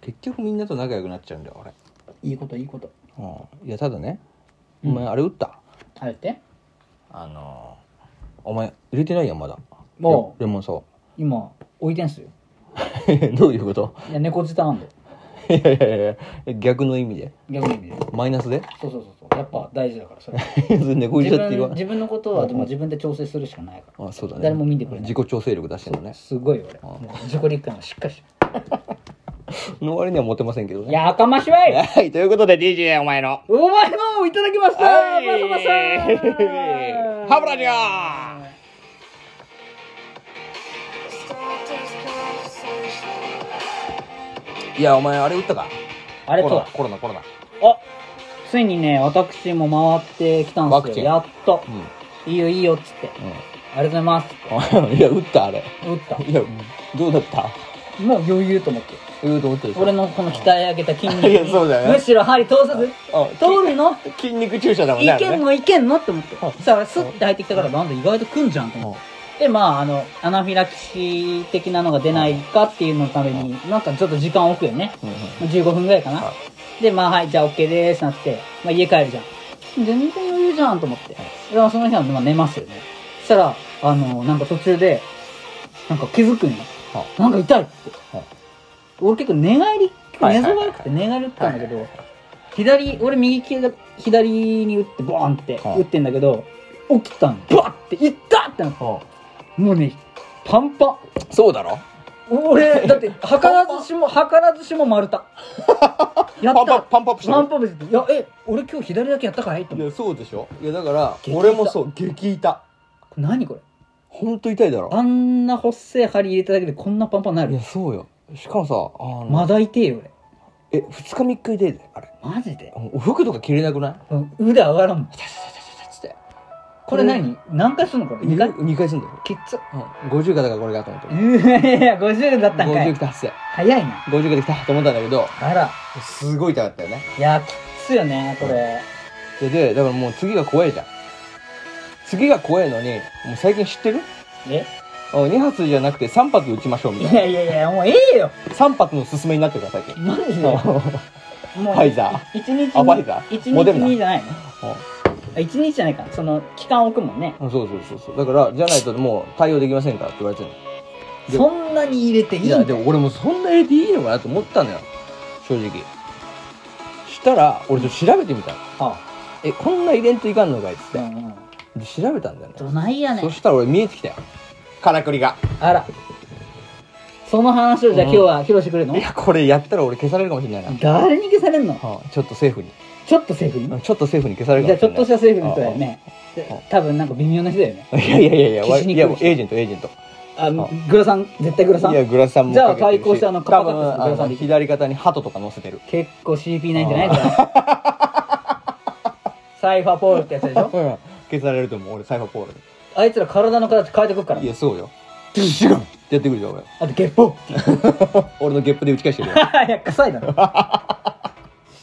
結局みんなと仲良くなっちゃうんだよ俺いいこといいことうんいやただねおうん前あれ打った、あれってあのーお前入れてないやんまだもうレレモンサワ今置いてんすよー どういうこといや猫舌なんでいやいやいや逆の意味で逆にねマイナスで そうそうそうそうやっぱ大事だからそれそれ猫舌自って言わな分い自分のことはでも自分で調整するしかないからあそうだね誰も見てくれない自己調整力出してん のねすごいよ俺もう自己理解もしっかりしてその割にはモテませんけどねやかましわいはいということで DJ お前のお前のをいただきましたはいバサバサ ハブラジャー Start this conversation. いやお前あれ打ったかあれコロとナコロナコロナあついにね私も回ってきたんワでクすチよンやっとうんいいよいいよっつってありがとうございますってうん いや打ったあれ打ったいやどうだったもう余裕と思って言うと思ったでしょ俺のこの鍛え上げた筋肉いやそうだよねにむしろ針通さずあ通 るのき筋肉注射だもんいねあれけんねのいけんのって思ってさあスッて入ってきたからなんだ意外とくんじゃんと思ってでまああのアナフィラキシー的なのが出ないかっていうののためになんかちょっと時間置くよねうんうん15分ぐらいかなはでまあはいじゃあ OK でーすなって、まあ、家帰るじゃん全然余裕じゃんと思ってでまあその日はまあ寝ますよねそしたらあのなんか途中でなんか気づくんよはなんか痛いっては俺結構寝返り結構はい寝はいそはいばよくて寝返り打ったんだけど左俺右利きだ左に打ってボーンってはい打ってんだけど起きたのバッて「いった!」ってなってもうねパンパンそうだろ俺だって図らずしも図らずしも 丸太パンやっパたパンパップしてパンパブっていやえ俺今日左だけやったかいとるい思ってやそうでしょいやだから激痛俺もそう激痛これ何これほんと痛いだろあんな細い針入れただけでこんなパンパンにないるやそうよしかもさあのまだ痛えよえ2日3日であれ俺マジでお服とか着れなくないうん腕上がらんもんつってこれ何何回すんのこれ2 2回回二回すんだよきっつうん50かだからこれがと思ってうえ50だったんか50い来たっつって早いな50かで来たと思ったんだけどあらすごい痛かったよねいやきっつよねこれででだからもう次が怖いじゃん次が怖いのにもう最近知ってるえ2発じゃなくて3発打ちましょうみいたいなやいやいやもうええよ3発の勧めになってる から最近マジでもフうァイザ一日にあファイザー一モデル日ナにじゃないのーあ一日じゃないかその期間置くもんねうんそうそうそうそうだからじゃないともう対応できませんからって言われてるでそんなに入れていいいんだやでも俺もそんな入れていいのかなと思ったのよ正直したら俺ちょっと調べてみたのあえこんな入れんといかんのかいっつっうてんうんで調べたんだよねどないやねそんしたら俺見えてきたよからくりがあらその話をじゃあ今日は披露してくれるのいやこれやったら俺消されるかもしれないな、誰に消されんのはあちょっと政府にちょっとセーフにうんちょっと政府に消されるじかゃあもしちれないょっとしたセーフの人だよねで多分なんか微妙な人だよねああいやいやいやいや消わしにい来やる人エージェントエージェントあグラさん絶対グラさいやんグラさんもかけてるしじゃあ対抗してあのカ多パカパ分するグラさんあのでいい左肩に鳩とか乗せてる結構 CP ないんじゃないかサイファーポールってやつでしょうん消されると思う俺サイファーポールにあいつら体の形変えてくっからいやそうよ違うってやってくるよ俺あとゲッポ 俺のゲップで打ち返してるよ いや臭いだろ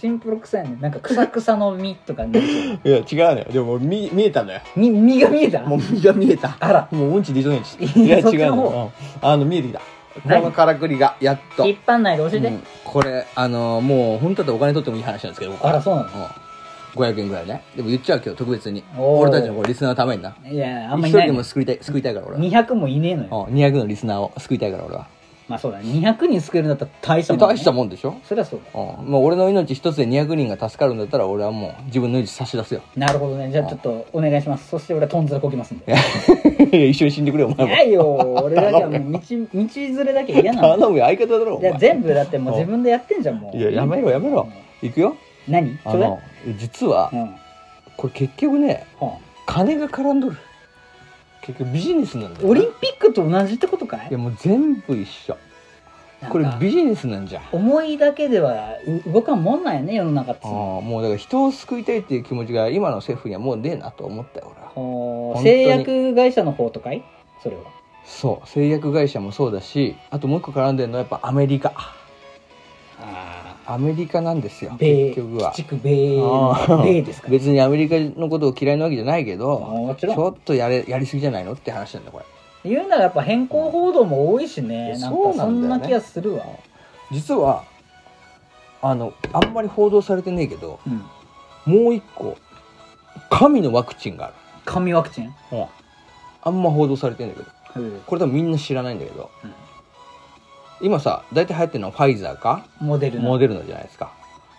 シンプル臭いねなんか臭草の実とかねいや違うのよでも見見えたんだよみ実が見えたもう身が見えたあらもううんちでしょねんちいいやや違うそっちののようんあの見えてきた何このからくりがやっと引っ張んないで教えて、うんこれあのーもう本当だったらお金取ってもいい話なんですけどあらそうなのうん500円ぐらいねでも言っちゃう今日特別におー俺たちのこれリスナーのためにないやあん一まい人ないでね、も救いたい救いたいから俺は200もいねえのようん200のリスナーを救いたいから俺はまあそうだね200人救えるんだったら大したもん、ね、大したもんでしょそりゃそうだうんもう俺の命一つで200人が助かるんだったら俺はもう自分の命差し出すよなるほどねじゃあちょっとお願いしますそして俺はトンズラこきますんでい や一緒に死んでくれよおい前もやいよ俺だけはもう道道連れだけ嫌な頼のむよ相方だろおいや前全部だってもう自分でやってんじゃんもういややめろやめろいくよ何あそれの実はうんはこれ結局ねあ金が絡んどる結局ビジネスなんだよオなリンピックと同じってことかいいやもう全部一緒なんこかれビジネスなんじゃん思いだけではう動かんもんなんやね世の中っつあうあのもうだから人を救いたいっていう気持ちが今の政府にはもうねえなと思ったよ俺は本ほ当うに製薬会社の方とかいそれはそう製薬会社もそうだしあともう一個絡んでるのはやっぱアメリカあアメリカなんですよあ米結局は地区米ああ米ですか別にアメリカのことを嫌いなわけじゃないけああどもちちろんょっとやれやりすぎじゃないのって話なんだこれ言うならやっぱ変更報道も多いしねうんなんそかうなそんだよねんな気がするわ実はあのあんまり報道されてねえけどうん。もう一個神のワクチンがある、紙ワクチン。へうん、あんま報道されてんだけどえこれ多分みんな知らないんだけど、うん今さ大体流行ってるのはファイザーかモデルナ。モデルナじゃないですか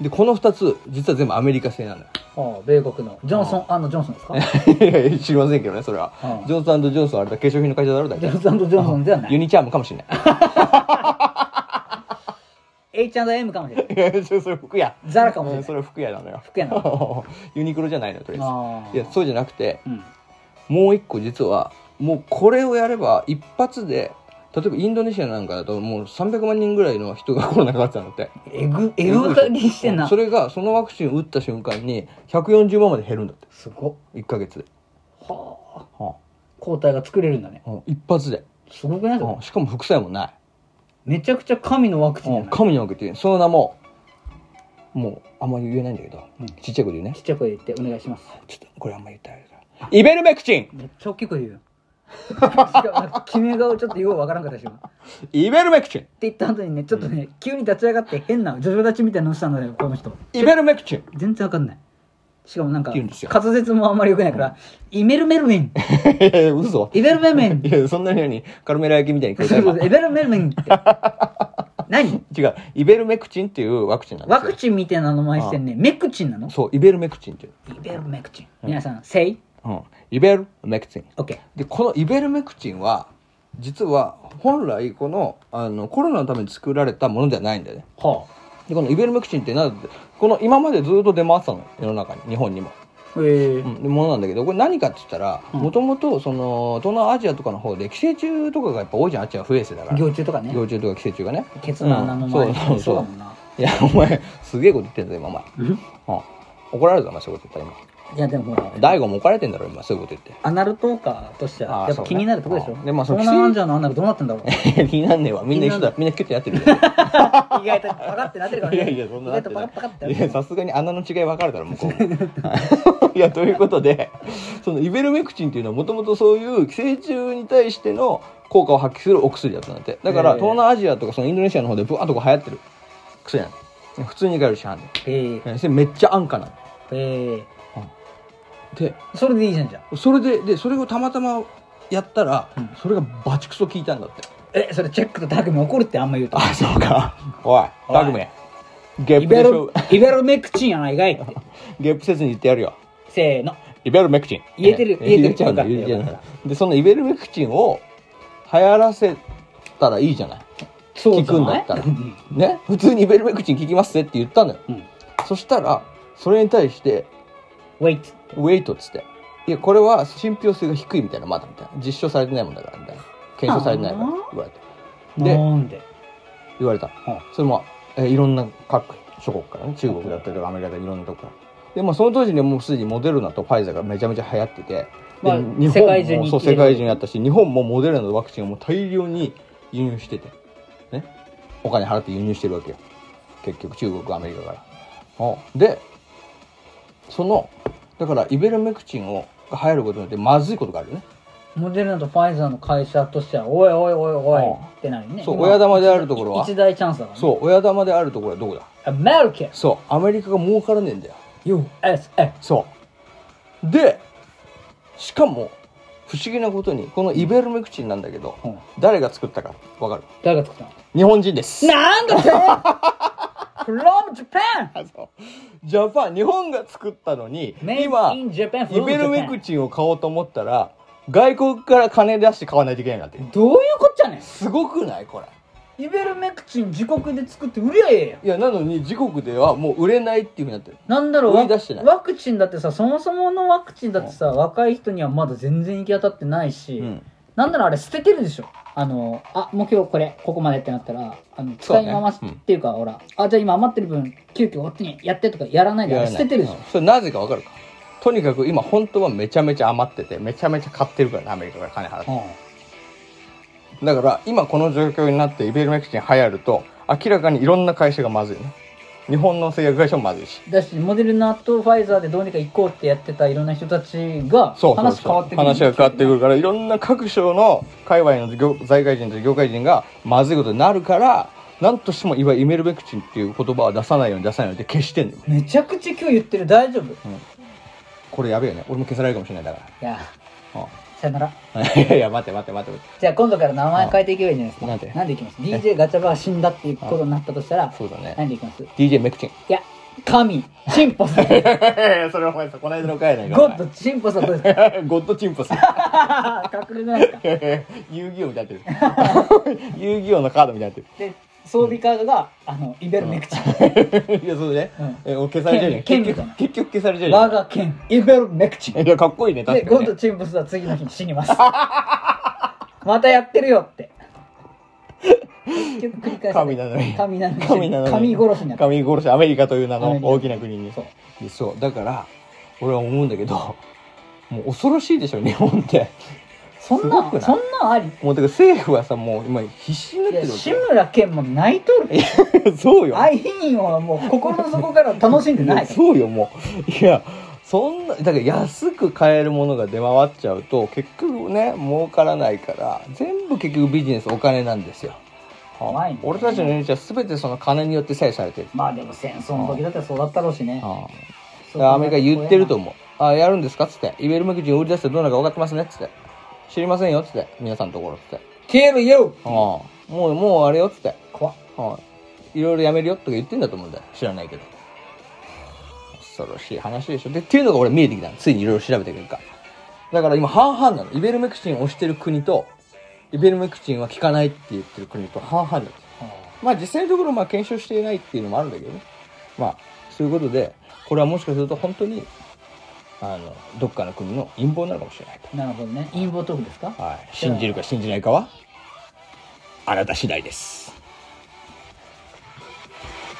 でこの2つ実は全部アメリカ製なのよああ、米国の。ジョンソン、あの、ジョンソンで すかいやいや 知りませんけどねそれはうんジョンソンジョンソンあれだ化粧品の会社だろうだジけ ョンソンとジョンソンではなユい。ニチャームかもしれない H&M かもしれない。い やそれそれ服やザラかもしれないそれ服やなのよ服やな ユニクロじゃないのよとりああえあ。ずいやそうじゃなくてうん。もう一個実はもうこれをやれば一発で例えばインドネシアなんかだともう300万人ぐらいの人がコロナかかってたのってえぐ、えぐかりしてんなそ。れがそのワクチン打った瞬間に140万まで減るんだってすごっ。 1ヶ月で、はあ。は抗体が作れるんだね。あうん一発で、すごくないうんしかも副作用もない、めちゃくちゃ神のワクチンうじゃん、ない神のわけっていうその名ももうあんまり言えないんだけど、うんちっちゃい声で言うねちっちゃい声で言ってお願いします。ちょっとこれあんまり言ったらあれだイベルメクチンめっちゃ大きい声 言うよ。しかもなんか決め顔ちょっとようわからんかったし今。ってイベルメクチン言った後にね、ちょっとね、急に立ち上がって変な、ジョジョ立ちみたいなのしたんだよ、この人。イベルメクチン全然わかんない。しかもなんか言うんです、よ滑舌もあんまり良くないから、イメルメルメン、いやいや 嘘イベルメルメン、いやそんなようにカルメラ焼きみたいに食いたいわイベルメルメン って。何違うイベルメクチンっていうワクチンなんですワよクチンみたいな名前してんね。メクチンなのそうイベルメクチンっていう、イベルメクチン。皆さん、せいうん、イベルメクチン ?OK。でこのイベルメクチンは実は本来このあのコロナのために作られたものではないんだよねはでこのイベルメクチンってなんでこの今までずっと出回ってたの世の中に日本にも、あ。へえう。ん、でものなんだけどこれ何かって言ったらうんもともとその東南アジアとかの方で寄生虫とかがやっぱ多いじゃんあっちは不衛生だから行中とかね。幼虫とか寄生虫がねケツの穴の前うんそうそそううそだもんな。ういやお前すげえこと言ってんだよ今お前、うん、怒られるぞお前そういうこと言ったらいやでもほら今大悟も怒られてんだろ今そういうこと言ってアナルトーカーとしてあはあやっぱそうね気になるとこでしょああでまあその東南アジアのアナルどうなってんだろう 気になんねえわみんな一緒だみんなキュッてやってるよ 意外とパカってなってるからいやいやそんな意なっ外てとなパいカパカっていやさすがに穴の違い分かるだろ向 こうもいやということでそのイベルメクチンっていうのはもともとそういう寄生虫に対しての効果を発揮するお薬だったなんてだからへえ東南アジアとかそのインドネシアの方でブワーッとこう流行ってる薬なの普通に買える市販ええでそれめっちゃ安価なのええでそれでいいじゃんじゃんそれででそれをたまたまやったら、うんそれがバチクソ効いたんだってえそれチェックとタグも怒るってあんま言うとあそうかおいおいダグメゲイップベでしょロイベロメクチンやないかいってゲップせずに言ってやるよせーのイベルメクチン言えてるね言えてる言えちゃうんだよかっ言えたちゃうんだでそのイベルメクチンを流行らせたらいいじゃないそうじ聞くゃないんだったらうんね普通にイベルメクチン効きますぜって言ったのようんそしたらそれに対してウェイトウェイトっつっていやこれは信憑性が低いみたいなまだみたいな実証されてないもんだからみたいな検証されてないからあー言われたでなんで言われたうんそれもえいろんな各諸国からね中国だったりとかアメリカだったりいろんなとこからでまあその当時にはもうすでにモデルナとファイザーがめちゃめちゃ流行ってて、まあで世界中にそう世界中にあったし日本もモデルナのワクチンをもう大量に輸入しててねお金払って輸入してるわけよ結局中国アメリカからうんでそのだからイベルメクチンをが流行ることによってまずいことがあるよねモデルナとファイザーの会社としてはおいおいおいおいってなるねそう今親玉であるところは一大チャンスだからねそう親玉であるところはどこだアメリカそうアメリカが儲からねえんだよ USA そうでしかも不思議なことにこのイベルメクチンなんだけど、うん誰が作ったかわかる誰が作ったの日本人ですなんだって From Japan! あそうジャパン日本が作ったのに Made 今 in Japan イ from ベルメクチンを買おうと思ったら外国から金出して買わないといけないなって Japan どういうこっちゃねすごくないこれんイベルメクチン自国で作って売りゃええやんいやなのに自国ではもう売れないっていうふうになってるなんだろう売わり出してないワクチンだってさそもそものワクチンだってさ若い人にはまだ全然行き当たってないし、うんなんだろうあれ捨ててるでしょあのあもう今日これここまでってなったらあのそ使ういね回しっていうかほらあじゃあ今余ってる分急遽こっちにやってとかやらないでやあられない捨ててるでしうょんそれなぜかわかるかとにかく今本当はめちゃめちゃ余っててめちゃめちゃ買ってるからねアメリカから金払ってだから今この状況になってイベルメクチン流行ると明らかにいろんな会社がまずいね日本の製薬会社もまずいしだしモデルナとファイザーでどうにか行こうってやってたいろんな人たちがそうそうそ話う変わってくる話が変わってくるからいろんな各省の界隈の業財界人と業界人がまずいことになるからなんとしてもいわゆるイメルベクチンっていう言葉は出さないように出さないようにって消してんのよめちゃくちゃ今日言ってる大丈夫いこれやべえよね俺も消されるかもしれないだかやらさよならうん いやいや待って待って待って待ってじゃあ今度から名前変えていけばいいんじゃないですかなんでなんでいきます DJ ガチャバが死んだっていうことになったとしたらそうだね何でいきますい DJ メクチン や神チンポスゴそれお前さこの間の回やないッドチンポス隠 ゴッドチンポスれてないですか 遊戯王みたいになってる 遊戯王のカードみたいになってで装備カードがあのイベルメクチンる いやそうね、うんえ俺消されちゃうじゃん剣結みたいな局結局消されちゃうじゃ我が県イベルメクチンんいやかっこいいねで確かゴに、ねッド、チンポスは次の日に死にます またやってるよって結局繰り返す神なのに神なのに神なのに神殺しになって神殺しアメリカという名アメのリカ大きな国にそうでそうだから俺は思うんだけどもう恐ろしいでしょ日本ってそんすごくなないそんなんありもうだから政府はさもう今必死になっいてやるわ志村けんも泣いとるけ そうよ愛品はもう心の底から楽しんでないいや そうよもういやそんなだから安く買えるものが出回っちゃうと結局ね儲からないから全部結局ビジネスお金なんですようまいね俺たちの命は全てその金によって左右されてるまあでも戦争の時だってそうだったろうしねあそうあアメリカ言ってると思う「あやるんですか?」っつって「イベルメクチン売り出してどうなるか分かってますね」っつって「知りませんよ」っつって「皆さんのところ」っつって消えるよ「ああもうもうあれよ」っつって怖っはい。いろいろやめるよとか言ってんだと思うんだよ。知らないけど。恐ろしい話でしょ。で、っていうのが俺見えてきたの。ついにいろいろ調べてくるから。だから今半々なの。イベルメクチンを推してる国と、イベルメクチンは効かないって言ってる国と半々なんですよ。まあ実際のところまあ検証していないっていうのもあるんだけどね。まあ、そういうことで、これはもしかすると本当に、あの、どっかの国の陰謀なのかもしれないなるほどね陰謀トークですかと。はい。信じるか信じないかは、あなた次第です。